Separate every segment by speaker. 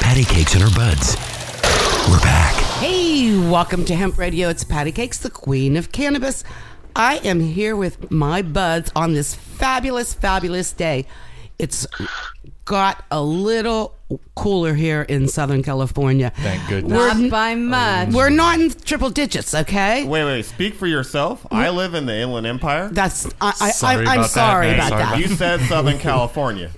Speaker 1: patty cakes and her buds. We're back.
Speaker 2: Hey, welcome to Hemp Radio. It's Patty Cakes, the queen of cannabis. I am here with my buds on this fabulous, fabulous day. It's got a little cooler here in Southern California.
Speaker 3: Thank goodness.
Speaker 2: We're,
Speaker 4: Not by much.
Speaker 2: we're not in triple digits, okay?
Speaker 5: Wait, wait, speak for yourself. I live in the Inland Empire.
Speaker 2: That's I, I,
Speaker 3: Sorry
Speaker 2: I, I'm
Speaker 3: about that,
Speaker 2: sorry
Speaker 3: man.
Speaker 2: about
Speaker 3: Sorry
Speaker 2: that.
Speaker 5: You said Southern California.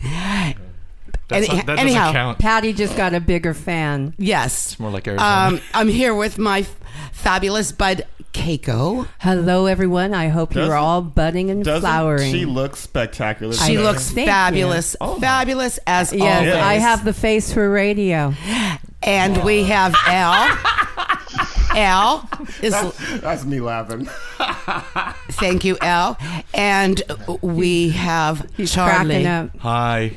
Speaker 3: That's
Speaker 2: Any-
Speaker 3: not- that
Speaker 2: anyhow,
Speaker 3: doesn't count.
Speaker 4: Patty just got a bigger fan.
Speaker 2: Yes,
Speaker 3: more like Arizona.
Speaker 2: Um, I'm here with my f- fabulous bud Keiko.
Speaker 4: Hello, everyone. I hope
Speaker 5: Doesn't-
Speaker 4: you're all budding and
Speaker 5: Doesn't
Speaker 4: flowering.
Speaker 5: she look spectacular?
Speaker 2: She
Speaker 4: I-
Speaker 2: looks
Speaker 4: Thank you.
Speaker 2: fabulous,
Speaker 3: Oh.
Speaker 2: fabulous as
Speaker 4: yes,
Speaker 2: always.
Speaker 4: I have the face for radio.
Speaker 2: and we have Al. Al is
Speaker 5: That's me laughing.
Speaker 2: thank you, Al, and we have
Speaker 4: He's
Speaker 2: Charlie.
Speaker 4: cracking up.
Speaker 3: Hi.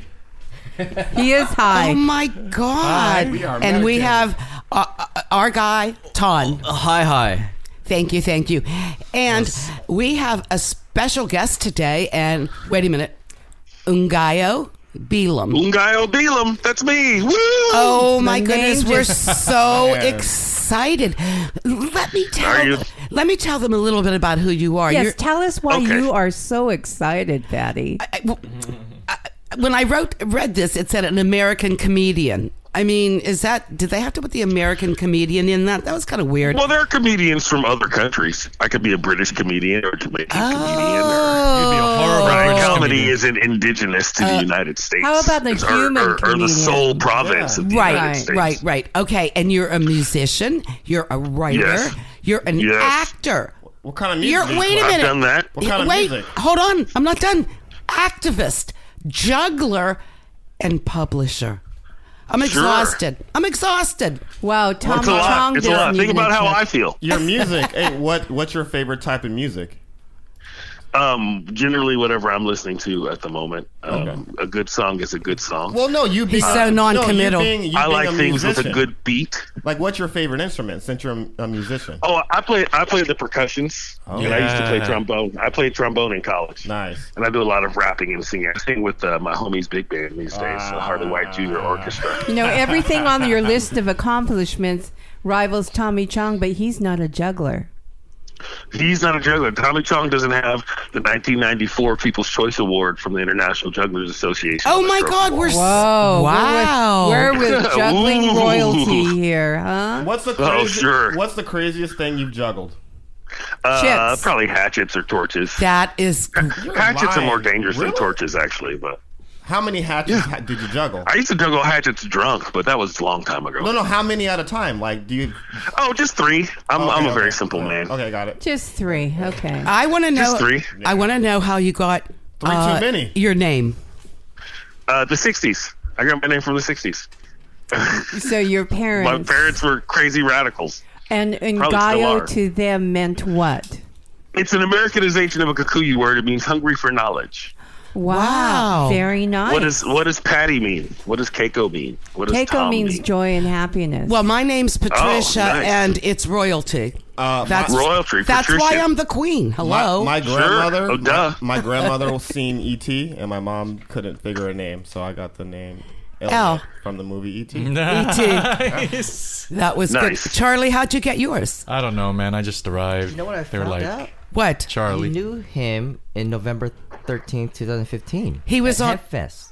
Speaker 4: He is high.
Speaker 2: Oh my God!
Speaker 5: We are
Speaker 2: and we
Speaker 5: Americans.
Speaker 2: have uh, uh, our guy Ton.
Speaker 6: Hi, hi.
Speaker 2: Thank you, thank you. And we have a special guest today. And wait a minute, Ungayo Belam.
Speaker 7: Ungayo Belam, that's me. Woo!
Speaker 2: Oh my
Speaker 4: name
Speaker 2: goodness,
Speaker 4: just-
Speaker 2: we're so
Speaker 5: Man.
Speaker 2: excited. Let me tell
Speaker 7: Are you-
Speaker 2: let me tell them a little bit about who you are.
Speaker 4: yes,
Speaker 2: You're-
Speaker 4: tell us why
Speaker 7: Okay.
Speaker 4: you are so excited, Patty.
Speaker 2: I- w- I- when I wrote read this, it said an American comedian. I mean, is that did they have to put the American comedian in that? That was kind of weird.
Speaker 7: Well, there are comedians from other countries. I could be a British comedian or a Jamaican comedian. Or,
Speaker 3: You'd be a
Speaker 2: Oh.
Speaker 3: horrible
Speaker 7: Right,
Speaker 3: British
Speaker 7: comedy
Speaker 3: Oh. comedian.
Speaker 7: isn't indigenous to the United States.
Speaker 4: how about the
Speaker 7: It's-
Speaker 4: human
Speaker 7: or, or, or the
Speaker 4: comedian?
Speaker 7: sole province of the
Speaker 2: right,
Speaker 7: United
Speaker 2: right,
Speaker 7: States?
Speaker 2: right, right. Okay, and you're a musician. You're a writer.
Speaker 7: Yes.
Speaker 2: You're an
Speaker 7: Yes.
Speaker 2: actor.
Speaker 5: What kind of music?
Speaker 2: You're
Speaker 5: do you
Speaker 2: wait a
Speaker 5: play?
Speaker 2: minute.
Speaker 7: done that.
Speaker 5: What kind of
Speaker 2: wait,
Speaker 5: music?
Speaker 2: hold on. I'm not done. Activist, juggler, and publisher. I'm exhausted. I'm exhausted.
Speaker 4: Wow, Tom
Speaker 7: It's a lot.
Speaker 4: Chong
Speaker 7: It's a
Speaker 4: doesn't
Speaker 7: lot. Think
Speaker 4: even
Speaker 7: about how
Speaker 4: accept-
Speaker 7: I feel.
Speaker 5: Your music. hey, what? What's your favorite type of music?
Speaker 7: Um, generally, whatever I'm listening to at the moment, um, a good song is a good song.
Speaker 5: Well, no, you. Being,
Speaker 2: He's so
Speaker 5: no, you
Speaker 2: non-committal.
Speaker 5: being- you
Speaker 7: I
Speaker 5: being
Speaker 7: like
Speaker 5: a
Speaker 7: things with a
Speaker 5: musician.
Speaker 7: good beat.
Speaker 5: Like, what's your favorite instrument? Since you're a, a musician.
Speaker 7: Oh, I play. I play the percussions, and I used to play
Speaker 3: Yeah.
Speaker 7: trombone. I played trombone in college.
Speaker 5: Nice.
Speaker 7: and I do a lot of rapping and singing. I sing with uh, my homies Big Band these days,
Speaker 5: Ah.
Speaker 7: so Harley White Jr. Orchestra.
Speaker 4: You know, everything on your list of accomplishments rivals Tommy Chong, but he's not a juggler.
Speaker 7: He's not a juggler. Tommy Chong doesn't have the 1994 People's Choice Award from the International Jugglers Association.
Speaker 2: Oh my God, we're s-
Speaker 4: Whoa.
Speaker 2: wow.
Speaker 4: We're with, we're with juggling
Speaker 7: Ooh.
Speaker 4: royalty here, huh?
Speaker 5: What's the
Speaker 7: Oh,
Speaker 5: crazy,
Speaker 7: sure.
Speaker 5: What's the craziest thing you've juggled?
Speaker 7: uh,
Speaker 4: chips.
Speaker 7: Probably hatchets or torches.
Speaker 2: that is
Speaker 7: hatchets
Speaker 5: lying.
Speaker 7: are more dangerous
Speaker 5: Really?
Speaker 7: than torches, actually. But
Speaker 5: How many hatches ha- did you juggle?
Speaker 7: I used to juggle hatchets drunk, but that was a long time ago.
Speaker 5: no, no. How many at a time? Like, do you?
Speaker 7: Oh, just three. I'm,
Speaker 5: Okay,
Speaker 7: I'm a
Speaker 5: okay.
Speaker 7: very simple
Speaker 5: Okay,
Speaker 7: man.
Speaker 5: Okay, got it.
Speaker 4: Just three. Okay.
Speaker 7: Uh,
Speaker 2: I want to know.
Speaker 7: Just three.
Speaker 2: I want to know how you got
Speaker 5: Three too
Speaker 2: uh,
Speaker 5: many.
Speaker 2: Your name.
Speaker 7: Uh, the 60s. I got my name from the 60s.
Speaker 4: so your
Speaker 7: My
Speaker 4: parents
Speaker 7: parents were crazy radicals.
Speaker 4: and and
Speaker 7: probably still
Speaker 4: Gaio
Speaker 7: are.
Speaker 4: to them meant what?
Speaker 7: It's an Americanization of a Kikuyu word. It means hungry for knowledge.
Speaker 4: Wow.
Speaker 2: Wow.
Speaker 4: Very nice.
Speaker 7: What does what does Patty mean? What does Keiko mean? What does
Speaker 4: Keiko
Speaker 7: Tom
Speaker 4: means
Speaker 7: mean?
Speaker 4: joy and happiness.
Speaker 2: Well, my name's Patricia,
Speaker 7: Oh, nice.
Speaker 2: and it's royalty.
Speaker 5: Uh,
Speaker 2: That's
Speaker 7: Royalty,
Speaker 2: That's
Speaker 7: Patricia.
Speaker 2: why I'm the queen. Hello. E
Speaker 5: My, my grandmother.
Speaker 7: Oh, duh.
Speaker 5: My, my grandmother was seen ET, and my mom couldn't figure a name, so I got the name
Speaker 2: Al. Oh.
Speaker 5: Elliot from the movie E ET.
Speaker 3: Nice.
Speaker 2: that was
Speaker 7: Nice.
Speaker 2: good. Charlie, how'd you get yours?
Speaker 3: I don't know, man. I just arrived.
Speaker 6: You know what I
Speaker 3: they
Speaker 6: found
Speaker 3: were like,
Speaker 6: out?
Speaker 2: What?
Speaker 6: We
Speaker 3: Charlie.
Speaker 6: knew him in November 13th, 2015.
Speaker 2: He was
Speaker 6: at
Speaker 2: on-
Speaker 6: Hempfest.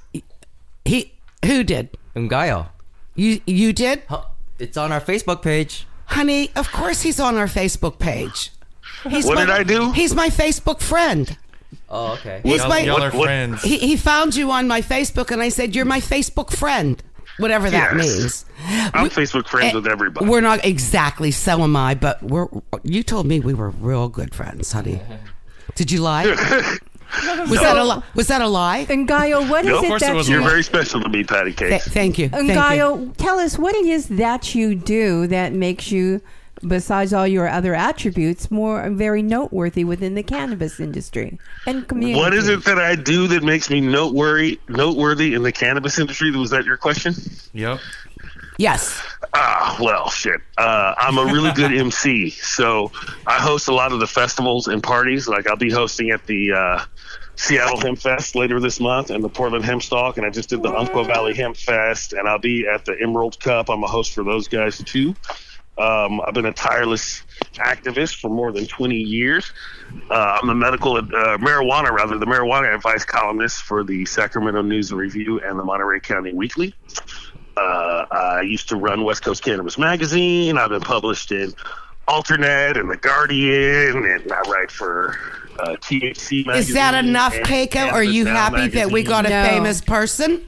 Speaker 2: He who did?
Speaker 6: Ungayo.
Speaker 2: You you did?
Speaker 6: Huh, It's on our Facebook page.
Speaker 2: Honey, of course he's on our Facebook page. He's
Speaker 7: What
Speaker 2: my-
Speaker 7: did I do?
Speaker 2: He's my Facebook friend.
Speaker 6: Oh, okay.
Speaker 2: He's
Speaker 3: Y'all,
Speaker 2: my
Speaker 3: y'all are
Speaker 7: what-
Speaker 3: friends.
Speaker 2: he, he found you on my Facebook and I said, You're my Facebook friend. Whatever that
Speaker 7: Yes.
Speaker 2: means.
Speaker 7: I'm Facebook friends
Speaker 2: Eh,
Speaker 7: with everybody.
Speaker 2: We're not exactly so am I, but we're you told me we were real good friends, honey. Did you lie? was that a lie? Was that a lie?
Speaker 4: and Gaio, what is
Speaker 7: Nope. Of
Speaker 4: it
Speaker 7: course
Speaker 3: it
Speaker 4: that
Speaker 3: was
Speaker 4: you
Speaker 7: You're very special to me, Patty Cake.
Speaker 2: Th- thank you. thank
Speaker 4: and
Speaker 2: you.
Speaker 4: Gaio, tell us what it is that you do that makes you besides all your other attributes more very noteworthy within the cannabis industry and community.
Speaker 7: What is it that I do that makes me noteworthy noteworthy in the cannabis industry? Was that your question?
Speaker 3: yep.
Speaker 2: Yes.
Speaker 7: Ah, well, shit. Uh, I'm a really good MC, so I host a lot of the festivals and parties. Like I'll be hosting at the uh, Seattle Hemp Fest later this month, and the Portland Hemp Stalk, and I just did the Umpqua Valley Hemp Fest, and I'll be at the Emerald Cup. I'm a host for those guys too. Um, I've been a tireless activist for more than 20 years. Uh, I'm the medical uh, marijuana, rather the marijuana advice columnist for the Sacramento News and Review and the Monterey County Weekly. Uh, I used to run West Coast Cannabis Magazine. I've been published in Alternet and The Guardian, and I write for uh, THC Magazine.
Speaker 2: Is that enough,
Speaker 7: and
Speaker 2: Keiko? Are
Speaker 7: Cannabis
Speaker 2: you
Speaker 7: Now
Speaker 2: happy that we
Speaker 7: magazine.
Speaker 2: got a
Speaker 4: No.
Speaker 2: famous person?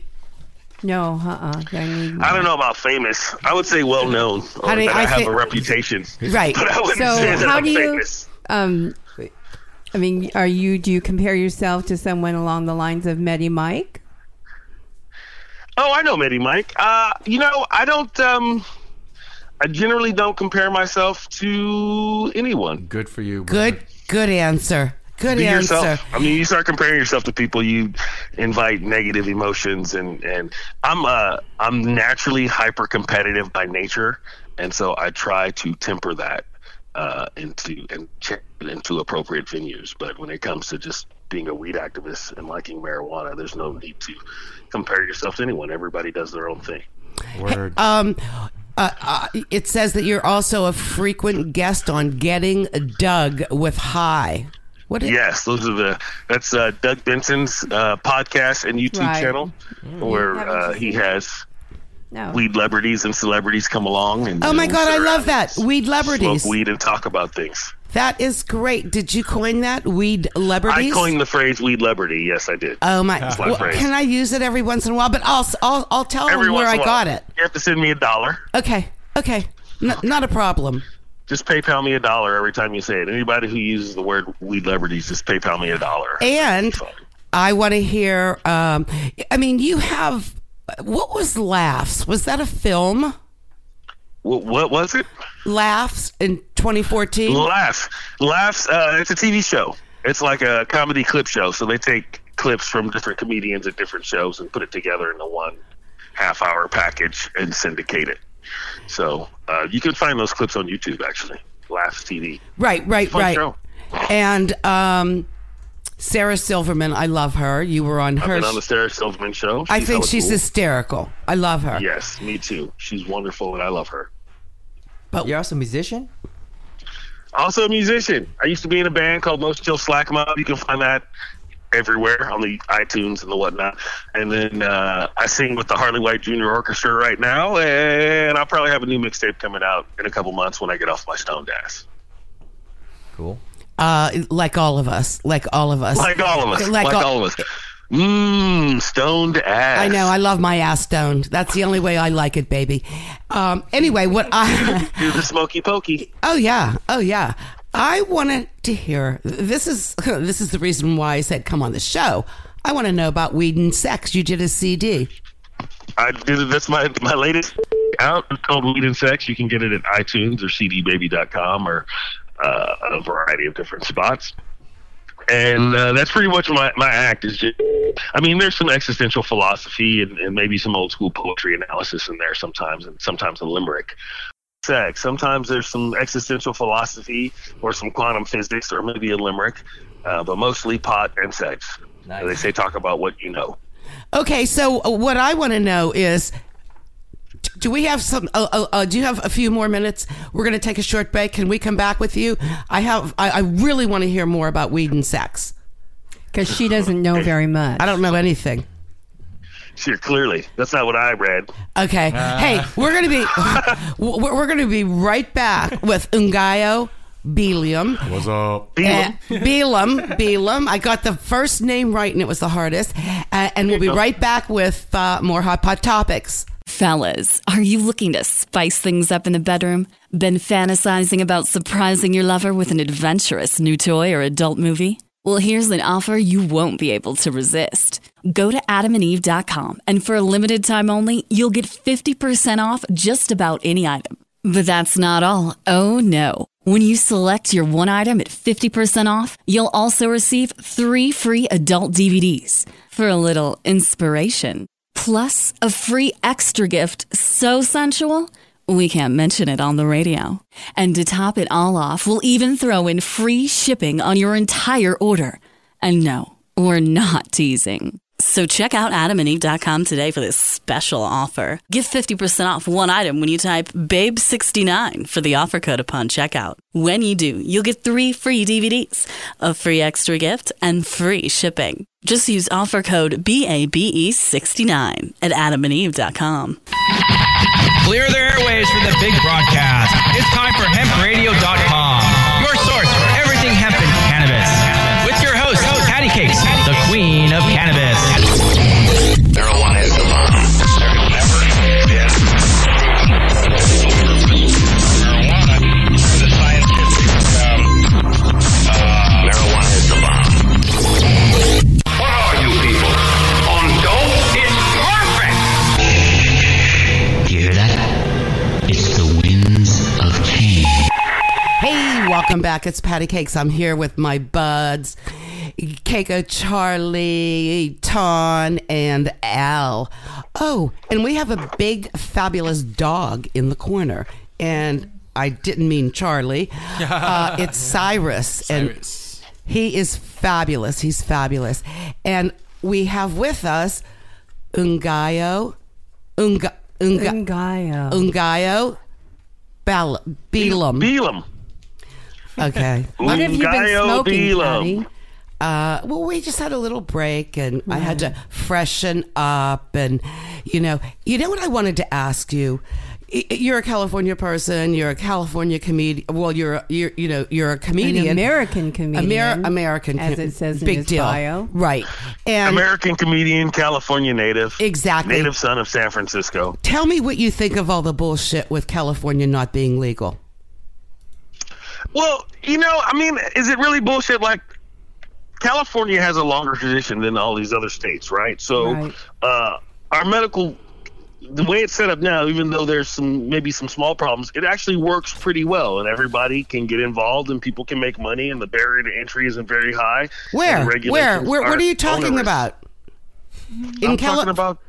Speaker 4: No, uh-uh. I need
Speaker 7: I don't know about famous. I would say well known. Or
Speaker 2: Honey,
Speaker 7: that I,
Speaker 2: I
Speaker 7: have
Speaker 2: think-
Speaker 7: a reputation.
Speaker 2: Right.
Speaker 7: But I wouldn't say
Speaker 4: So
Speaker 7: that
Speaker 4: how
Speaker 7: I'm
Speaker 4: do you?
Speaker 7: famous.
Speaker 4: Um, I mean, are you? Do you compare yourself to someone along the lines of Medi Mike?
Speaker 7: Oh, I know Medi Mike. Uh, you know, I don't. Um, I generally don't compare myself to anyone.
Speaker 3: Good for you. brother.
Speaker 2: Good, good answer. Good
Speaker 7: Be
Speaker 2: answer.
Speaker 7: yourself. I mean, you start comparing yourself to people, you invite negative emotions, and and I'm uh I'm naturally hyper competitive by nature, and so I try to temper that uh into and check it into appropriate venues. But when it comes to just being a weed activist and liking marijuana, there's no need to compare yourself to anyone. Everybody does their own thing.
Speaker 3: Word.
Speaker 2: Um, uh, uh, it says that you're also a frequent guest on Getting Doug with High. What? Is,
Speaker 7: Yes, those are the. That's uh, Doug Benson's uh, podcast and YouTube
Speaker 4: Right.
Speaker 7: channel, where
Speaker 4: Haven't
Speaker 7: uh,
Speaker 4: you
Speaker 7: he
Speaker 4: seen it?
Speaker 7: has
Speaker 4: No.
Speaker 7: weed celebrities and celebrities come along and.
Speaker 2: Oh my God, I
Speaker 7: sit
Speaker 2: love
Speaker 7: around
Speaker 2: that.
Speaker 7: and
Speaker 2: Weed celebrities.
Speaker 7: Smoke weed and talk about things.
Speaker 2: That is great. Did you coin that? Weed celebrities.
Speaker 7: I coined the phrase "weed celebrity." Yes, I did.
Speaker 2: Oh my!
Speaker 7: my
Speaker 2: Well,
Speaker 7: phrase.
Speaker 2: can I use it every once in a while? But I'll I'll, I'll tell
Speaker 7: Every
Speaker 2: them
Speaker 7: once
Speaker 2: where I
Speaker 7: in a while.
Speaker 2: got it.
Speaker 7: You have to send me a dollar.
Speaker 2: Okay. Okay. N- not a problem.
Speaker 7: Just PayPal me a dollar every time you say it. Anybody who uses the word "weed celebrities," just PayPal me a dollar.
Speaker 2: And I want to hear. Um, I mean, you have. What was laughs? Was that a film?
Speaker 7: What, what was it?
Speaker 2: Laughs in 2014.
Speaker 7: Laughs. Laughs. Uh, it's a TV show. It's like a comedy clip show. So they take clips from different comedians at different shows and put it together into one half hour package and syndicate it. So uh, you can find those clips on YouTube, actually. Laughs TV.
Speaker 2: Right, right,
Speaker 7: Fun
Speaker 2: right.
Speaker 7: show.
Speaker 2: And um, Sarah Silverman, I love her. You were on her.
Speaker 7: Been on the Sarah Silverman show.
Speaker 2: I think
Speaker 7: hella
Speaker 2: she's
Speaker 7: cool.
Speaker 2: hysterical. I love her.
Speaker 7: Yes, me too. She's wonderful and I love her.
Speaker 6: You're also a musician?
Speaker 7: Also a musician. I used to be in a band called Most Chill Slack Mob. You can find that everywhere on the iTunes and the whatnot. And then uh, I sing with the Harley White Junior Orchestra right now, and I'll probably have a new mixtape coming out in a couple months when I get off my stoned ass.
Speaker 6: Cool.
Speaker 2: Uh, like all of us. Like all of us.
Speaker 7: Like all of us.
Speaker 2: Like
Speaker 7: Like,
Speaker 2: all-
Speaker 7: all of us. Mmm, stoned ass.
Speaker 2: I know. I love my ass stoned. That's the only way I like it, baby. Um, anyway, what I.
Speaker 7: Do the smoky pokey.
Speaker 2: Oh yeah. Oh yeah. I wanted to hear. This is this is the reason why I said come on the show. I want to know about weed and sex. You did a CD.
Speaker 7: I did. That's my my latest out. It's called Weed and Sex. You can get it at iTunes or CDBaby.com or uh, a variety of different spots. And uh, that's pretty much my, my act is just. I mean, there's some existential philosophy and, and maybe some old school poetry analysis in there sometimes, and sometimes a limerick. Sex. Sometimes there's some existential philosophy or some quantum physics or maybe a limerick, uh, but mostly pot and sex.
Speaker 6: Nice.
Speaker 7: They say talk about what you know.
Speaker 2: Okay, so uh, what I want to know is, d- do we have some? Uh, uh, uh, do you have a few more minutes? We're going to take a short break. Can we come back with you? I have. I, I really want to hear more about weed and sex.
Speaker 4: Because she doesn't know very much.
Speaker 2: I don't know anything.
Speaker 7: Sure, clearly. That's not what I read.
Speaker 2: Okay. hey, we're going to be we're, we're going to be right back with Ungayo Belium.
Speaker 3: What's up?
Speaker 2: Uh, Balaam, Balaam. I got the first name right, and it was the hardest. Uh, and we'll be right back with uh, more hot pot topics.
Speaker 8: Fellas, are you looking to spice things up in the bedroom? Been fantasizing about surprising your lover with an adventurous new toy or adult movie? Well, here's an offer you won't be able to resist. Go to adamandeve.com, and for a limited time only, you'll get 50% off just about any item. But that's not all. Oh no. When you select your one item at 50% off, you'll also receive three free adult DVDs for a little inspiration. Plus, a free extra gift so sensual, we can't mention it on the radio. And to top it all off, we'll even throw in free shipping on your entire order. And no, we're not teasing. So check out adamandeve.com today for this special offer. Get 50% off one item when you type BABE69 for the offer code upon checkout. When you do, you'll get three free DVDs, a free extra gift, and free shipping. Just use offer code BABE69 E at adamandeve.com.
Speaker 9: Clear the airways for the big broadcast. It's time for hempradio.com, your source for everything hemp and cannabis. With your host, Patty Cakes, the queen of cannabis.
Speaker 1: Marijuana is the Hear that? It's the winds of change.
Speaker 2: Hey, welcome back. It's Patty Cakes. I'm here with my buds, Keiko, Charlie, Ton, and Al. Oh, and we have a big, fabulous dog in the corner. And I didn't mean Charlie. Uh, it's Cyrus.
Speaker 3: Cyrus.
Speaker 2: And he is fabulous. He's fabulous. And we have with us Ungayo. Unga, Unga,
Speaker 4: Ungayo.
Speaker 2: Oh, Ungayo. Bal- Belum.
Speaker 7: Belum.
Speaker 2: Okay.
Speaker 4: What have you been
Speaker 7: Ungayo
Speaker 4: smoking,
Speaker 7: Belum.
Speaker 4: Patty?
Speaker 2: Uh, well, we just had a little break, and I had to freshen up, and you know, you know what I wanted to ask you. Y- You're a California person. You're a California comedian. Well, you're, a, you're you know you're a comedian,
Speaker 4: American comedian,
Speaker 2: Amer- American,
Speaker 4: as
Speaker 2: com-
Speaker 4: it says in
Speaker 2: big
Speaker 4: his
Speaker 2: deal,
Speaker 4: bio.
Speaker 2: right? And
Speaker 7: American comedian, California native.
Speaker 2: Exactly.
Speaker 7: Native son of San Francisco.
Speaker 2: tell me what you think of all the bullshit with California not being legal.
Speaker 7: Well, you know, I mean, is it really bullshit? Like, California has a longer tradition than all these other states, right? So,
Speaker 4: Right.
Speaker 7: uh, our medical, the way it's set up now, even though there's some maybe some small problems, it actually works pretty well, and everybody can get involved, and people can make money, and the barrier to entry isn't very high.
Speaker 2: Where,
Speaker 7: and
Speaker 2: where,
Speaker 7: regulations
Speaker 2: where? What are you talking
Speaker 7: onerous.
Speaker 2: about? In
Speaker 7: I'm
Speaker 2: Cali-
Speaker 7: talking about.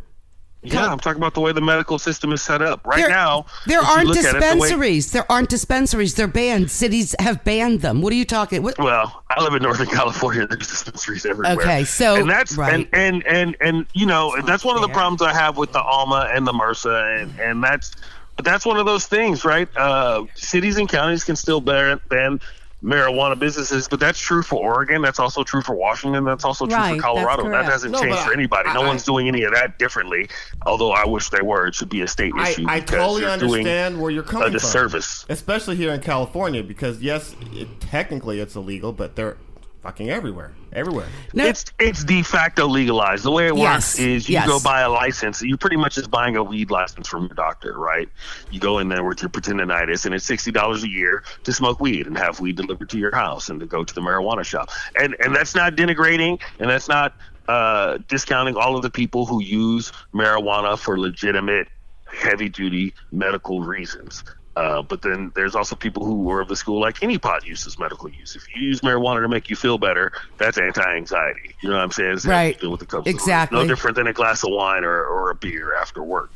Speaker 7: Yeah, I'm talking about the way the medical system is set up right
Speaker 2: There-
Speaker 7: now.
Speaker 2: There
Speaker 7: if you
Speaker 2: aren't
Speaker 7: look at it, the way-
Speaker 2: dispensaries. there aren't dispensaries. They're banned. Cities have banned them. What are you talking? What?
Speaker 7: Well, I live in Northern California. There's dispensaries everywhere.
Speaker 2: Okay, so-
Speaker 7: and that's
Speaker 2: right.
Speaker 7: and, and and and you know that's one of the problems I have with the Alma and the MRSA, and and that's but that's one of those things, right? Uh, cities and counties can still ban, ban marijuana businesses, but that's true for Oregon. That's also true for Washington. That's also true
Speaker 4: Right,
Speaker 7: for
Speaker 4: that's
Speaker 7: Colorado. That
Speaker 4: correct.
Speaker 7: hasn't
Speaker 2: No,
Speaker 7: changed
Speaker 2: but
Speaker 7: for anybody. No
Speaker 2: I-
Speaker 7: one's doing any of that differently. Although I wish they were. It should be a state
Speaker 5: I,
Speaker 7: issue.
Speaker 5: I
Speaker 7: because
Speaker 5: totally
Speaker 7: you're doing
Speaker 5: understand where you're
Speaker 7: A
Speaker 5: coming
Speaker 7: disservice.
Speaker 5: from, especially here in California, because yes, it, technically it's illegal, but they're fucking everywhere, everywhere.
Speaker 2: No,
Speaker 7: It's it's de facto legalized. The way it
Speaker 2: Yes,
Speaker 7: works is you
Speaker 2: yes.
Speaker 7: go buy a license. You pretty much just buying a weed license from your doctor, right? You go in there with your pretendinitis, and it's sixty dollars a year to smoke weed and have weed delivered to your house and to go to the marijuana shop. And and that's not denigrating, and that's not uh, discounting all of the people who use marijuana for legitimate, heavy duty medical reasons. Uh, but then there's also people who were of the school like any pot use is medical use. If you use marijuana to make you feel better, that's anti-anxiety. You know what I'm saying? It's
Speaker 2: Right.
Speaker 7: anything with the cups of-
Speaker 2: Exactly.
Speaker 7: No different than a glass of wine or, or a beer after work.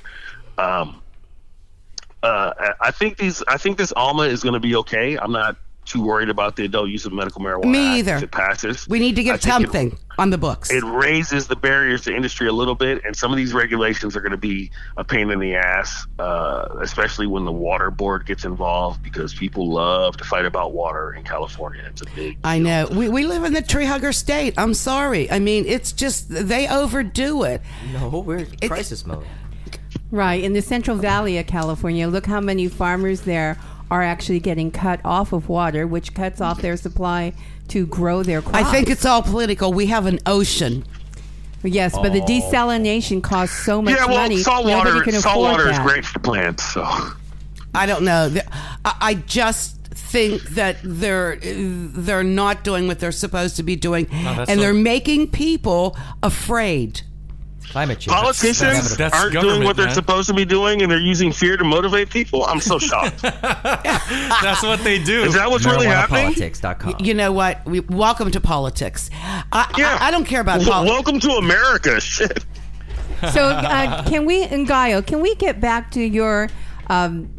Speaker 7: Um, uh, I- I think these. I think this Alma is going to be okay. I'm not too worried about the adult use of medical marijuana.
Speaker 2: Me
Speaker 7: Act
Speaker 2: either.
Speaker 7: If it passes,
Speaker 2: we need to
Speaker 7: I
Speaker 2: get
Speaker 7: think it-
Speaker 2: something on the books.
Speaker 7: it raises the barriers to industry a little bit, and some of these regulations are going to be a pain in the ass, uh, especially when the water board gets involved because people love to fight about water in California. It's a big.
Speaker 2: I know. We, we live in the tree hugger state. I'm sorry. I mean, it's just, they overdo it.
Speaker 6: No, we're in crisis mode.
Speaker 4: Right, in the Central Valley of California, look how many farmers there are actually getting cut off of water, which cuts off their supply to grow their crops.
Speaker 2: I think it's all political. We have an ocean.
Speaker 4: yes, but the desalination costs so much
Speaker 7: Oh. yeah, well,
Speaker 4: money.
Speaker 7: salt
Speaker 4: Nobody
Speaker 7: water,
Speaker 4: can
Speaker 7: salt
Speaker 4: afford
Speaker 7: water is
Speaker 4: that.
Speaker 7: great for plants. So
Speaker 2: I don't know. The- I, I just think that they're they're not doing what they're supposed to be doing,
Speaker 3: that's
Speaker 2: and
Speaker 3: so-
Speaker 2: they're making people afraid.
Speaker 6: Climate change.
Speaker 7: politicians
Speaker 3: that's
Speaker 7: aren't doing
Speaker 3: government,
Speaker 7: what they're
Speaker 3: man.
Speaker 7: supposed to be doing, and they're using fear to motivate people. I'm so shocked.
Speaker 3: That's what they do.
Speaker 7: is that what's really happening?
Speaker 6: Politics.com.
Speaker 2: You know what? We, welcome to politics. I, I, I don't care about
Speaker 7: W-
Speaker 2: politics.
Speaker 7: Welcome to America. Shit.
Speaker 4: So, uh, can we, Ngayo, can we get back to your um,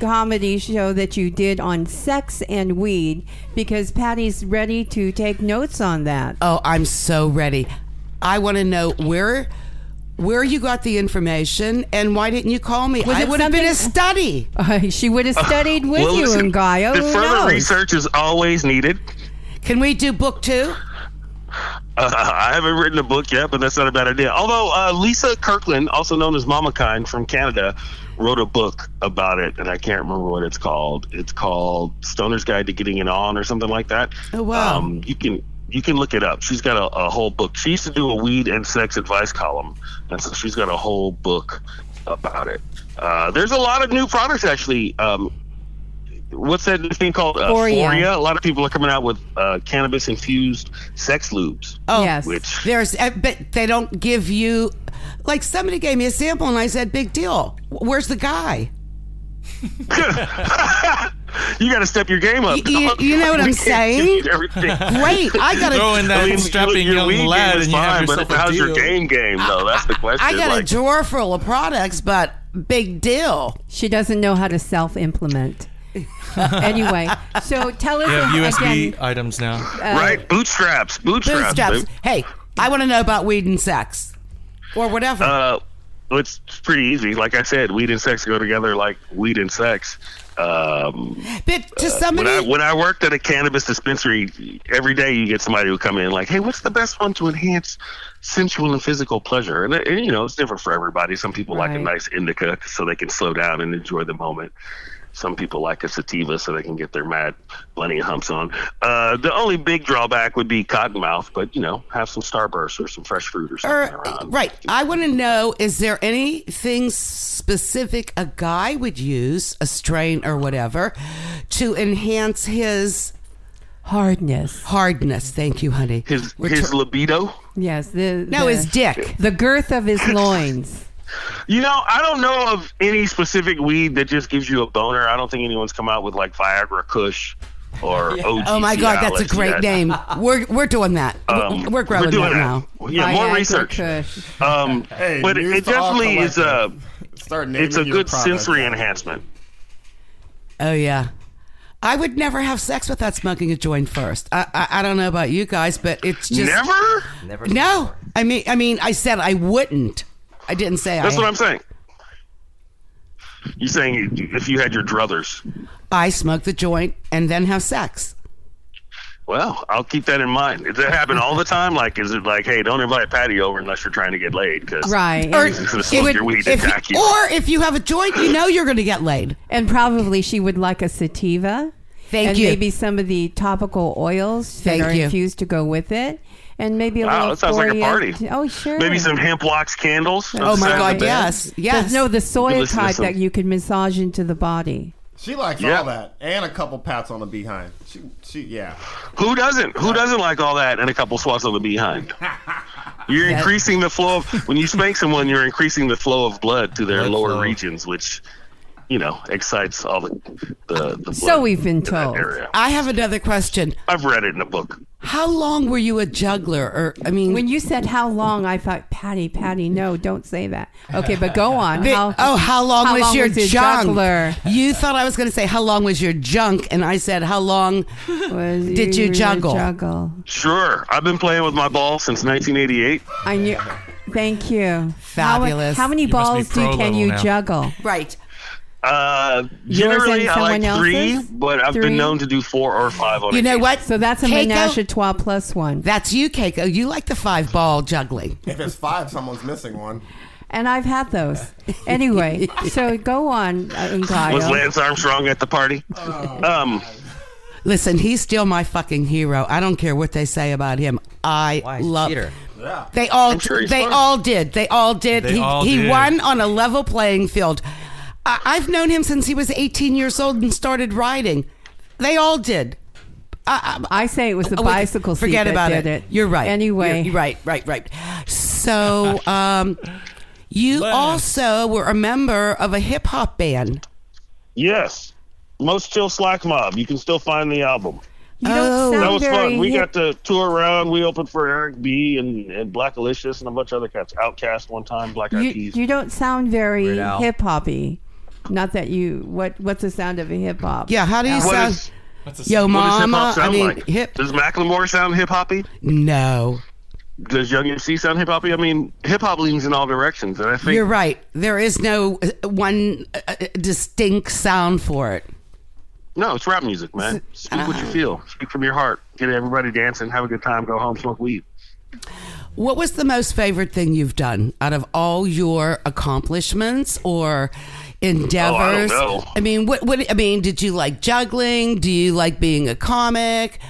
Speaker 4: comedy show that you did on sex and weed? Because Patty's ready to take notes on that.
Speaker 2: Oh, I'm so ready. I want to know where where you got the information and why didn't you call me?
Speaker 4: Was
Speaker 2: I
Speaker 4: it
Speaker 2: would have been a
Speaker 4: something- Oh.
Speaker 2: study.
Speaker 4: she would have studied with
Speaker 7: Well,
Speaker 4: you,
Speaker 7: listen,
Speaker 4: Ngayo.
Speaker 7: the
Speaker 4: Who
Speaker 7: further
Speaker 4: knows?
Speaker 7: research is always needed.
Speaker 2: Can we do book two?
Speaker 7: Uh, I haven't written a book yet, but that's not a bad idea. Although uh, Lisa Kirkland, also known as Mama Kind from Canada, wrote a book about it, and I can't remember what it's called. It's called Stoner's Guide to Getting It On or something like that.
Speaker 2: Oh, wow.
Speaker 7: Um, you can you can look it up. She's got a, a whole book. She used to do a weed and sex advice column, and so she's got a whole book about it. Uh, there's a lot of new products actually. Um, what's that new thing called? Uh,
Speaker 4: Foria.
Speaker 7: Foria. A lot of people are coming out with uh, cannabis infused sex lubes.
Speaker 2: Oh,
Speaker 4: Yes.
Speaker 7: Which
Speaker 2: There's, uh, but they don't give you, like somebody gave me a sample and I said, big deal. Where's the guy?
Speaker 7: you got to step your game up.
Speaker 2: Y- you- you know what I'm
Speaker 7: We can't
Speaker 2: saying?
Speaker 7: give you Everything.
Speaker 2: Great. I got
Speaker 3: Throw in
Speaker 2: a,
Speaker 3: that
Speaker 7: I mean,
Speaker 3: strapping
Speaker 7: your
Speaker 3: young
Speaker 7: lead game
Speaker 3: lad,
Speaker 7: is
Speaker 3: and you
Speaker 7: fine,
Speaker 3: have
Speaker 7: but
Speaker 3: yourself a
Speaker 7: how's
Speaker 3: deal.
Speaker 7: your game game though? That's the question.
Speaker 2: I got a
Speaker 7: like,
Speaker 2: drawer full of products, but big deal.
Speaker 4: She doesn't know how to self implement. anyway, so tell us
Speaker 3: You have USB
Speaker 4: again.
Speaker 3: items now.
Speaker 2: Uh,
Speaker 7: right? Bootstraps, bootstraps,
Speaker 2: Bootstraps.
Speaker 7: dude.
Speaker 2: Hey, I want to know about weed and sex or whatever.
Speaker 7: Uh, well, it's pretty easy. Like I said, weed and sex go together like weed and sex. Um,
Speaker 2: but to
Speaker 7: when
Speaker 2: somebody,
Speaker 7: I when I worked at a cannabis dispensary, every day you get somebody who come in like, "Hey, what's the best one to enhance sensual and physical pleasure?" And, and, you know, it's different for everybody. Some people like a
Speaker 4: Right.
Speaker 7: nice indica so they can slow down and enjoy the moment. Some people like a sativa so they can get their mad bunny humps on. Uh, the only big drawback would be cottonmouth, but you know, have some starburst or some fresh fruit or something
Speaker 2: Or,
Speaker 7: around.
Speaker 2: right. I want to know is there anything specific a guy would use, a strain or whatever, to enhance his
Speaker 4: Hardness.
Speaker 2: hardness? Thank you, honey.
Speaker 7: His
Speaker 2: We're
Speaker 7: his
Speaker 2: tr-
Speaker 7: libido.
Speaker 4: Yes. The,
Speaker 2: no,
Speaker 4: the,
Speaker 2: his dick.
Speaker 4: The girth of his loins.
Speaker 7: You know, I don't know of any specific weed that just gives you a boner. I don't think anyone's come out with like Viagra Kush or OG.
Speaker 2: Oh my God, that's a great name. We're we're doing that.
Speaker 7: Um,
Speaker 2: we're, we're growing
Speaker 7: we're doing
Speaker 2: that
Speaker 7: that.
Speaker 2: now.
Speaker 7: Yeah, more
Speaker 4: Viagra
Speaker 7: research.
Speaker 4: Kush.
Speaker 7: Um,
Speaker 5: Hey,
Speaker 7: but
Speaker 5: news
Speaker 7: it
Speaker 5: to all
Speaker 7: definitely is a
Speaker 5: collectors. Start naming
Speaker 7: it's a
Speaker 5: your
Speaker 7: good
Speaker 5: products.
Speaker 7: sensory enhancement.
Speaker 2: Oh yeah. I would never have sex without smoking a joint first. I, I I don't know about you guys, but it's just
Speaker 7: Never.
Speaker 6: Never.
Speaker 2: No,
Speaker 6: Oh,
Speaker 2: I mean I mean I said I wouldn't. I didn't say
Speaker 7: That's
Speaker 2: I.
Speaker 7: what I'm saying. You're saying if you had your druthers.
Speaker 2: I smoke the joint and then have sex.
Speaker 7: Well, I'll keep that in mind. Does that happen all the time? Like, is it like, hey, don't invite Patty over unless you're trying to get laid? Because
Speaker 4: Right.
Speaker 2: Or,
Speaker 4: and,
Speaker 7: She's gonna smoke
Speaker 2: if-
Speaker 7: your weed
Speaker 2: if-
Speaker 7: and attack you.
Speaker 2: or if you have a joint, you know you're going to get laid.
Speaker 4: and probably she would like a sativa.
Speaker 2: Thank
Speaker 4: and
Speaker 2: you.
Speaker 4: Maybe some of the topical oils
Speaker 2: Thank
Speaker 4: that are
Speaker 2: you.
Speaker 4: infused to go with it. And maybe a
Speaker 7: Wow,
Speaker 4: little
Speaker 7: that sounds like a
Speaker 4: Fourier-
Speaker 7: party.
Speaker 4: Oh, sure.
Speaker 7: maybe some hemp wax candles.
Speaker 2: Oh my
Speaker 7: Sounds
Speaker 2: God!
Speaker 7: bad.
Speaker 2: Yes, yes.
Speaker 4: No, the soil
Speaker 7: listen to
Speaker 4: type
Speaker 7: some-
Speaker 4: that you can massage into the body.
Speaker 5: She likes
Speaker 7: Yeah.
Speaker 5: all that and a couple pats on the behind. She, she, yeah.
Speaker 7: Who doesn't? Who doesn't like all that and a couple swats on the behind? You're increasing the flow of when you spank someone, you're increasing the flow of blood to their
Speaker 6: Blood
Speaker 7: lower
Speaker 6: flow.
Speaker 7: regions, which you know excites all the the, the blood
Speaker 4: So we've been
Speaker 7: in that
Speaker 4: told.
Speaker 7: area.
Speaker 2: I have another question.
Speaker 7: I've read it in a book.
Speaker 2: How long were you a juggler? Or I mean,
Speaker 4: When you said how long, I thought, Patty, Patty, no, don't say that. Okay, but go on.
Speaker 2: Bi- oh, how long
Speaker 4: how
Speaker 2: was your junk?
Speaker 4: juggler?
Speaker 2: You thought I was going to say how long was your junk, and I said how long?
Speaker 4: Was
Speaker 2: Did you
Speaker 4: your
Speaker 2: juggle?
Speaker 4: Juggle.
Speaker 7: Sure, I've been playing with my ball since 1988.
Speaker 4: I knew. Thank you.
Speaker 2: Fabulous.
Speaker 4: How, how many
Speaker 3: You must be
Speaker 4: balls do
Speaker 3: pro
Speaker 4: can
Speaker 3: level
Speaker 4: you
Speaker 3: now.
Speaker 4: juggle?
Speaker 2: Right.
Speaker 7: Uh, generally,
Speaker 4: and
Speaker 7: I like
Speaker 4: someone
Speaker 7: three,
Speaker 4: else's?
Speaker 7: but I've
Speaker 4: Three?
Speaker 7: been known to do four or five on
Speaker 2: You know
Speaker 7: occasion.
Speaker 2: what?
Speaker 4: So that's a
Speaker 2: Keiko,
Speaker 4: menage a trois plus one.
Speaker 2: That's you, Keiko. You like the five ball juggling.
Speaker 5: If it's five, someone's missing one.
Speaker 4: And I've had those. Anyway, so go on, uh, Ngaio.
Speaker 7: Was Lance Armstrong at the party?
Speaker 4: Oh.
Speaker 7: um,
Speaker 2: Listen, he's still my fucking hero. I don't care what they say about him. I
Speaker 6: Why?
Speaker 2: love.
Speaker 6: Cheater.
Speaker 5: Yeah.
Speaker 2: They all
Speaker 7: I'm sure he's
Speaker 2: they
Speaker 7: fine.
Speaker 2: all did. They all did.
Speaker 3: They
Speaker 2: he
Speaker 3: all
Speaker 2: he
Speaker 3: did.
Speaker 2: won on a level playing field. I, I've known him since he was 18 years old and started riding. They all did. I, I,
Speaker 4: I say it was the
Speaker 2: we-
Speaker 4: bicycle seat
Speaker 2: Oh, Forget
Speaker 4: that
Speaker 2: about
Speaker 4: did it.
Speaker 2: You're right.
Speaker 4: Anyway,
Speaker 2: You're- you're right, right, right. So, um, you
Speaker 3: Lance.
Speaker 2: also were a member of a hip hop band.
Speaker 7: yes, most chill slack mob. You can still find the album.
Speaker 4: You don't
Speaker 2: Oh.
Speaker 4: sound
Speaker 7: That was
Speaker 4: very
Speaker 7: fun. We
Speaker 4: hip.
Speaker 7: got to tour around. We opened for Eric B. and, and Blackalicious and a bunch of other cats. Outcast one time, Black Eyed
Speaker 4: you,
Speaker 7: Peas.
Speaker 4: you don't sound very
Speaker 6: Weird Al.
Speaker 4: hip hoppy. Not that you what what's the sound of a hip hop?
Speaker 2: Yeah, how do you
Speaker 7: What
Speaker 2: sound?
Speaker 7: is-
Speaker 2: Yo,
Speaker 7: what does hip
Speaker 2: mama.
Speaker 7: hop
Speaker 2: I
Speaker 7: sound
Speaker 2: mean,
Speaker 7: like?
Speaker 2: hip.
Speaker 7: Does Macklemore sound hip hoppy?
Speaker 2: No,
Speaker 7: Does Young MC sound hip hoppy? I mean, hip hop leans in all directions, and I think
Speaker 2: you're right. There is no uh, one uh, uh, distinct sound for it.
Speaker 7: no, it's rap music, man. Speak what you
Speaker 2: uh,
Speaker 7: feel. Speak from your heart. Get everybody dancing. Have a good time. Go home. Smoke weed.
Speaker 2: What was the most favorite thing you've done out of all your accomplishments or endeavors?
Speaker 7: Oh, know.
Speaker 2: I mean, what, what? I mean, did you like juggling? Do you like being a comic?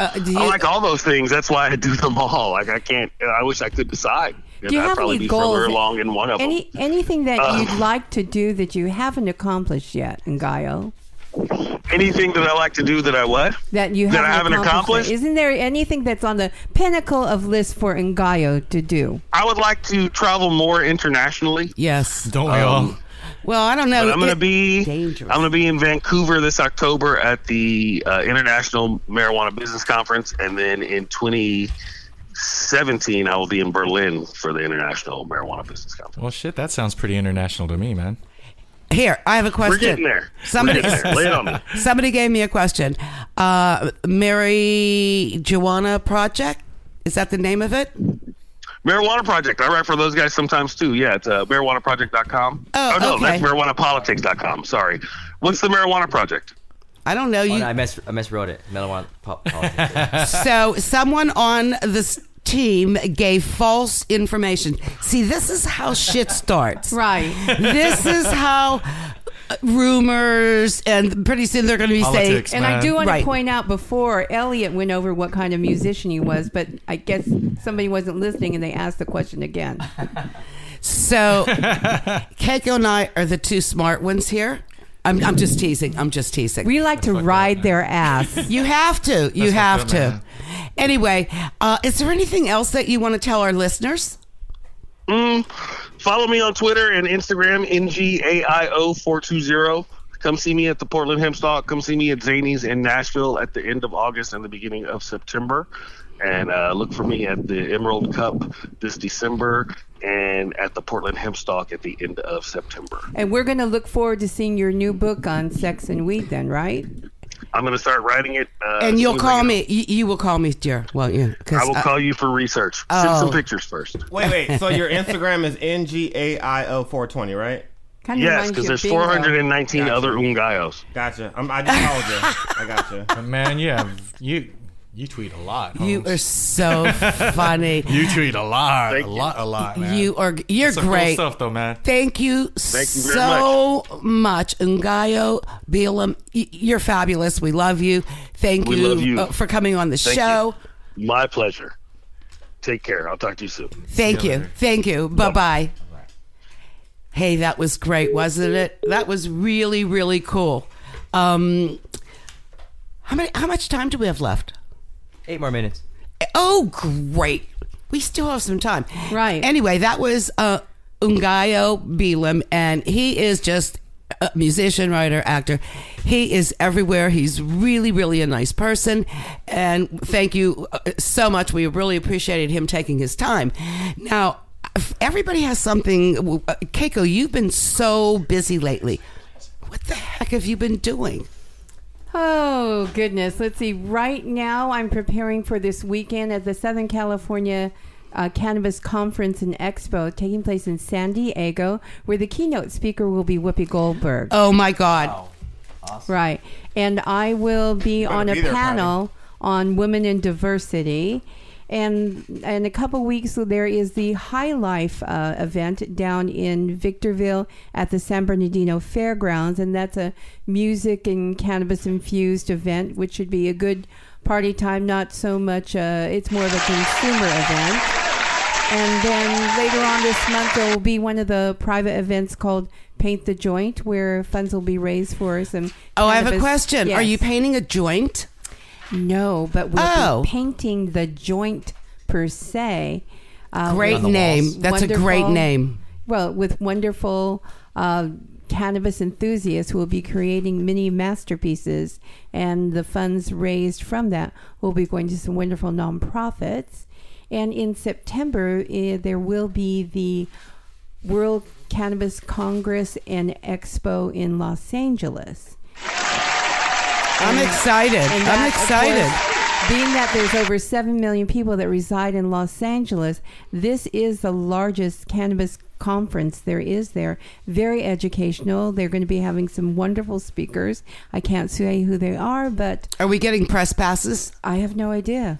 Speaker 2: Uh, do you,
Speaker 7: I like all those things. That's why I do them all. Like I can't. I wish I could decide. And
Speaker 4: Do you
Speaker 7: I'd
Speaker 4: have
Speaker 7: probably
Speaker 4: any
Speaker 7: be
Speaker 4: goals?
Speaker 7: further along in one of them.
Speaker 4: Any anything that you'd like to do that you haven't accomplished yet, Ngayo?
Speaker 7: Anything that I like to do that I what?
Speaker 4: That you
Speaker 7: That
Speaker 4: haven't,
Speaker 7: I haven't accomplished?
Speaker 4: yet? Isn't there anything that's on the pinnacle of list for Ngayo to do?
Speaker 7: I would like to travel more internationally.
Speaker 2: yes.
Speaker 3: Don't
Speaker 7: um,
Speaker 3: we all?
Speaker 2: Well, I don't know.
Speaker 7: But I'm gonna
Speaker 2: It-
Speaker 7: be
Speaker 2: dangerous.
Speaker 7: I'm gonna be in Vancouver this October at the uh, International Marijuana Business Conference, and then in 2017 I will be in Berlin for the International Marijuana Business Conference.
Speaker 3: Well, shit, that sounds pretty international to me, man.
Speaker 2: Here, I have a question.
Speaker 7: We're getting there.
Speaker 2: Somebody-
Speaker 7: We're getting there. lay it on me.
Speaker 2: Somebody gave me a question. Uh, Mary Joanna Project? Is that the name of it?
Speaker 7: Marijuana Project. I write for those guys sometimes too. Yeah, it's uh, marijuanaproject.com.
Speaker 2: Oh,
Speaker 7: no,
Speaker 2: okay.
Speaker 7: that's marijuanapolitics.com. Sorry. What's the Marijuana Project?
Speaker 2: I don't know.
Speaker 6: Oh,
Speaker 2: You
Speaker 6: no, I mis I miswrote it. Marijuana po- politics.
Speaker 2: so someone on this team gave false information. See, this is how shit starts.
Speaker 4: Right.
Speaker 2: This is how uh, rumors and pretty soon they're going to be
Speaker 3: Politics,
Speaker 2: saying
Speaker 4: And I
Speaker 3: Man.
Speaker 4: do want
Speaker 2: Right.
Speaker 4: to point out before Elliot went over what kind of musician he was, but I guess somebody wasn't listening and they asked the question again.
Speaker 2: so. Keiko and I are the two smart ones here. I'm, I'm just teasing. I'm just teasing.
Speaker 4: We like to ride their ass.
Speaker 2: You have to. You have
Speaker 3: fair,
Speaker 2: to. Anyway, uh, is there anything else that you want to tell our listeners?
Speaker 7: Mm, follow me on Twitter and Instagram, NGAIO420. Come see me at the Portland Hempstock. Come see me at Zanies in Nashville at the end of August and the beginning of September. And uh, look for me at the Emerald Cup this December and at the Portland Hempstock at the end of September.
Speaker 4: And we're going to look forward to seeing your new book on sex and weed then, right?
Speaker 7: I'm going to start writing it. Uh,
Speaker 2: And
Speaker 7: as
Speaker 2: you'll
Speaker 7: soon as I
Speaker 2: call
Speaker 7: get-
Speaker 2: me. You, you will call me, dear. Well, yeah. 'cause
Speaker 7: I will
Speaker 2: I-
Speaker 7: call you for research. Send
Speaker 2: Oh.
Speaker 7: some pictures first.
Speaker 5: Wait, wait. So your Instagram is ngaio420, right?
Speaker 4: Kind of
Speaker 7: Yes, because there's 419 other Ungayos.
Speaker 5: Gotcha. I'm, I just called you. I gotcha.
Speaker 3: Man, yeah, you you tweet a lot.
Speaker 2: you
Speaker 3: Holmes.
Speaker 2: are so funny.
Speaker 3: you tweet a lot,
Speaker 7: Thank
Speaker 3: a
Speaker 7: you.
Speaker 3: lot, a lot, man.
Speaker 2: You are. You're
Speaker 3: Some cool
Speaker 2: great.
Speaker 3: stuff though, man.
Speaker 2: Thank you,
Speaker 7: Thank you very
Speaker 2: so much, Ngayo Bielam. y- You're fabulous. We love you. Thank
Speaker 7: We
Speaker 2: you,
Speaker 7: love you.
Speaker 2: uh, for coming on the
Speaker 7: Thank
Speaker 2: show.
Speaker 7: you. My pleasure. Take care. I'll talk to you soon.
Speaker 2: Thank you. Thank you. Bye bye. Hey, that was great, wasn't it? That was really, really cool. Um, how many? How much time do we have left?
Speaker 6: Eight more minutes.
Speaker 2: Oh, great. We still have some time.
Speaker 4: Right.
Speaker 2: Anyway, that was uh, Ungayo Belam, and he is just a musician, writer, actor. He is everywhere. He's really, really a nice person. And thank you uh, so much. We really appreciated him taking his time. Now, if everybody has something. uh, Keiko, you've been so busy lately. What the heck have you been doing?
Speaker 4: Oh, goodness. Let's see. Right now, I'm preparing for this weekend at the Southern California uh, Cannabis Conference and Expo taking place in San Diego, where the keynote speaker will be Whoopi Goldberg.
Speaker 2: Oh, my God.
Speaker 4: Right. And I will be on a
Speaker 5: be there, Patty.
Speaker 4: panel on women in diversity. And in a couple weeks, so there is the High Life uh, event down in Victorville at the San Bernardino Fairgrounds. And that's a music and cannabis infused event, which should be a good party time, not so much, uh, it's more of a consumer event. And then later on this month, there will be one of the private events called Paint the Joint, where funds will be raised for some.
Speaker 2: Oh, I have a
Speaker 4: cannabis-
Speaker 2: question. Are
Speaker 4: Yes.
Speaker 2: you painting a joint?
Speaker 4: No, but we'll
Speaker 2: Oh.
Speaker 4: be painting the joint per se. Uh,
Speaker 2: Great name. That's a great
Speaker 4: Wonderful.
Speaker 2: name.
Speaker 4: well, with wonderful uh, cannabis enthusiasts who will be creating mini masterpieces, and the funds raised from that will be going to some wonderful nonprofits. And in September, eh, there will be the World Cannabis Congress and Expo in Los Angeles.
Speaker 2: I'm excited.
Speaker 4: And
Speaker 2: I'm
Speaker 4: that, of
Speaker 2: excited.
Speaker 4: course, being that there's over 7 million people that reside in Los Angeles, this is the largest cannabis conference there is there. Very educational. They're going to be having some wonderful speakers. I can't say who they are, but
Speaker 2: Are we getting press passes?
Speaker 4: I have no idea.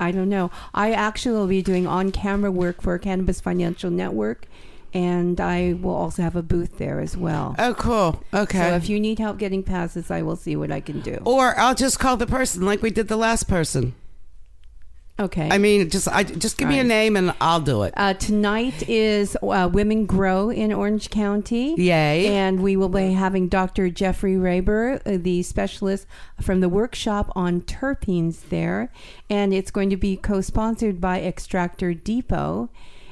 Speaker 4: I don't know. I actually will be doing on camera work for Cannabis Financial Network, and I will also have a booth there as well.
Speaker 2: Oh, cool. Okay. Oh,
Speaker 4: So if you need help getting passes, I will see what I can do.
Speaker 2: or I'll just call the person like we did the last person.
Speaker 4: Okay.
Speaker 2: I mean, just I just give me a
Speaker 4: Right.
Speaker 2: name and I'll do it.
Speaker 4: Uh, tonight is uh, Women Grow in Orange County.
Speaker 2: Yay.
Speaker 4: And we will be having Dr. Jeffrey Raber, uh, the specialist from the workshop on terpenes there. And it's going to be co sponsored by Extractor Depot.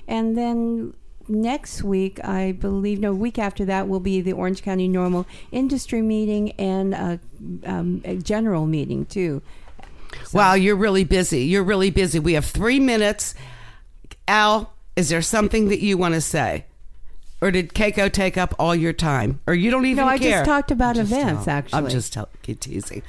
Speaker 4: And then next week, I believe, no, week after that, will be the Orange County Normal Industry Meeting and a, um, a general meeting, too.
Speaker 2: Wow, you're really busy. You're really busy. We have three minutes. Al, is there something that you want to say? Or did Keiko take up all your time? Or you don't even
Speaker 4: No, I
Speaker 2: care?
Speaker 4: just talked about
Speaker 2: I'm just
Speaker 4: events,
Speaker 2: tell-
Speaker 4: actually.
Speaker 2: I'm just tell- keep teasing.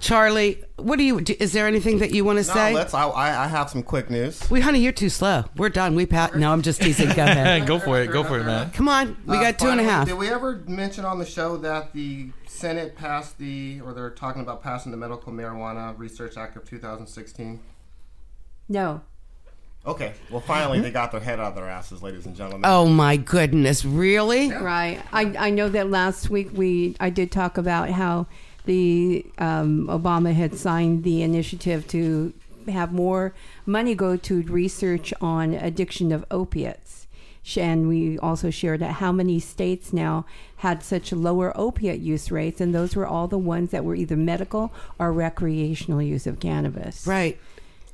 Speaker 2: Charlie, what do you, do, is there anything that you want to
Speaker 5: No,
Speaker 2: say?
Speaker 5: let's. I, I I have some quick news.
Speaker 2: we, honey, you're too slow. We're done. We pat. No, I'm just teasing. Go ahead.
Speaker 3: go for it. Go for it, man.
Speaker 2: Come on. We
Speaker 5: Uh,
Speaker 2: got two and a
Speaker 5: finally,
Speaker 2: half.
Speaker 5: Did we ever mention on the show that the Senate passed the, or they're talking about passing the Medical Marijuana Research Act of 2016?
Speaker 4: No.
Speaker 5: Okay. Well, finally, they got their head out of their asses, ladies and gentlemen.
Speaker 2: Mm-hmm. Oh my goodness! Really?
Speaker 4: Right. I, I know that last week we I did talk about how the um, Obama had signed the initiative to have more money go to research on addiction of opiates. Sh- And we also shared that how many states now had such lower opiate use rates, and those were all the ones that were either medical or recreational use of cannabis.
Speaker 2: Right.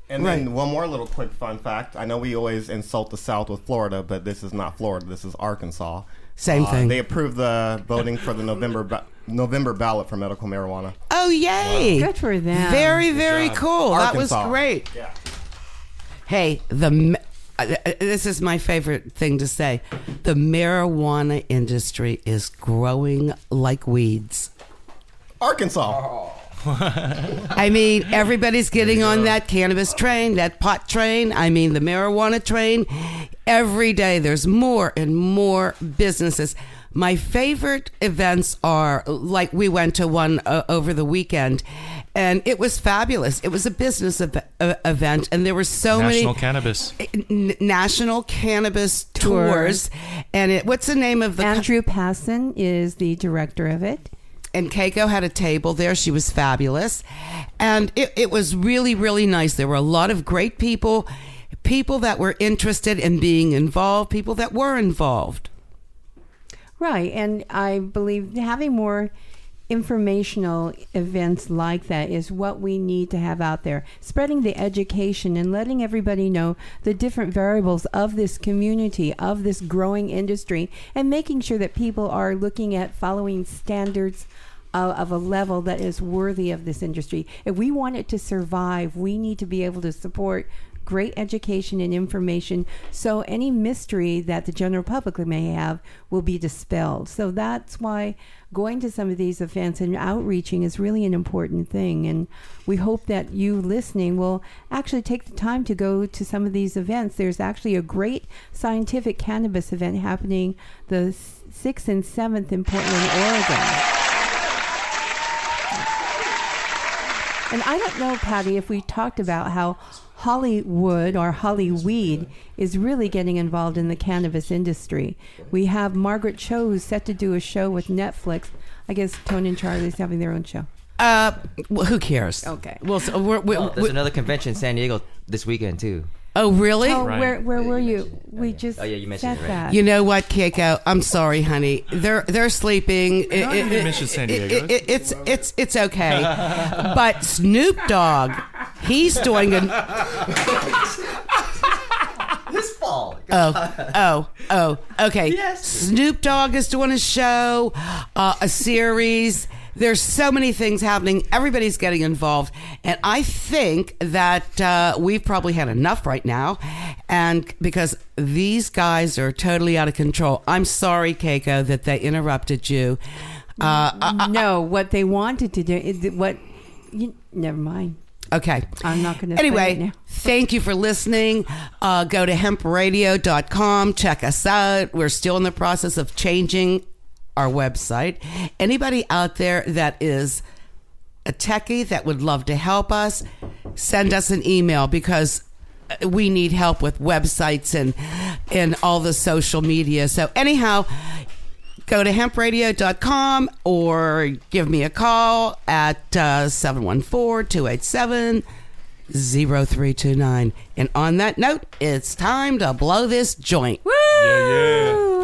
Speaker 5: and then one more little quick fun fact. I know we always insult the South with Florida, but this is not Florida. This is Arkansas. Uh,
Speaker 2: Same thing.
Speaker 5: They approved the voting for the November ba- November ballot for medical marijuana.
Speaker 2: Oh yay!
Speaker 4: Good for them.
Speaker 2: Very very cool. That
Speaker 5: Arkansas.
Speaker 2: was great.
Speaker 5: Yeah.
Speaker 2: Hey, the ma- uh, uh, this is my favorite thing to say. The marijuana industry is growing like weeds.
Speaker 5: Arkansas.
Speaker 2: I mean, everybody's getting on that cannabis train, that pot train. I mean, the marijuana train. Every day there's more and more businesses. My favorite events are like we went to one uh, over the weekend and it was fabulous. It was a business ev- uh, event and there were so
Speaker 3: National
Speaker 2: many
Speaker 3: cannabis.
Speaker 2: n- national cannabis
Speaker 4: Tour.
Speaker 2: tours. And it, what's the name of the co-
Speaker 4: Andrew Passon is the director of it.
Speaker 2: and Keiko had a table there. She was fabulous. And it, it was really, really nice. There were a lot of great people, people that were interested in being involved, people that were involved.
Speaker 4: Right, and I believe having more informational events like that is what we need to have out there. Spreading the education and letting everybody know the different variables of this community, of this growing industry, and making sure that people are looking at following standards of, of a level that is worthy of this industry. If we want it to survive, we need to be able to support great education and information so any mystery that the general public may have will be dispelled. So that's why going to some of these events and outreaching is really an important thing. And we hope that you listening will actually take the time to go to some of these events. There's actually a great scientific cannabis event happening the 6th and 7th in Portland, Oregon. And I don't know, Patty, if we talked about how Hollywood or Hollyweed is really getting involved in the cannabis industry. We have Margaret Cho who's set to do a show with Netflix. I guess Tony and Charlie's having their own show.
Speaker 2: Uh, wh- who cares?
Speaker 4: Okay.
Speaker 2: Well, so we're, we
Speaker 6: Oh, there's another convention in San Diego this weekend too.
Speaker 2: oh, really?
Speaker 4: Oh,
Speaker 3: Right.
Speaker 4: where where
Speaker 6: Yeah,
Speaker 4: were
Speaker 6: you
Speaker 4: you?
Speaker 6: mentioned it. Oh,
Speaker 4: We
Speaker 6: yeah.
Speaker 4: just
Speaker 6: Oh, yeah, you mentioned
Speaker 4: said
Speaker 6: it, right.
Speaker 4: that.
Speaker 2: You know what, Keiko? I'm sorry, honey. They're they're sleeping. It-
Speaker 3: you
Speaker 2: it-
Speaker 3: didn't
Speaker 2: it-
Speaker 3: mention San
Speaker 2: it-
Speaker 3: Diego.
Speaker 2: it- it- it's it's it's okay. but Snoop Dogg, he's doing a
Speaker 6: This fall.
Speaker 2: oh, oh, oh. Okay. Snoop Dogg is doing a show, uh, a series. There's so many things happening. Everybody's getting involved, and I think that uh, we've probably had enough right now, and because these guys are totally out of control. I'm sorry, Keiko, that they interrupted you. Uh, I-
Speaker 4: no, what they wanted to do, is what, you, never mind.
Speaker 2: Okay.
Speaker 4: I'm not gonna say
Speaker 2: Anyway,
Speaker 4: it now.
Speaker 2: thank you for listening. Uh, go to hempradio.com. Check us out. We're still in the process of changing our website. Anybody out there that is a techie that would love to help us, send us an email because we need help with websites and and all the social media. So anyhow, go to hempradio.com or give me a call at uh, 714 287 0329. And on that note, it's time to blow this joint.
Speaker 3: Yeah, yeah.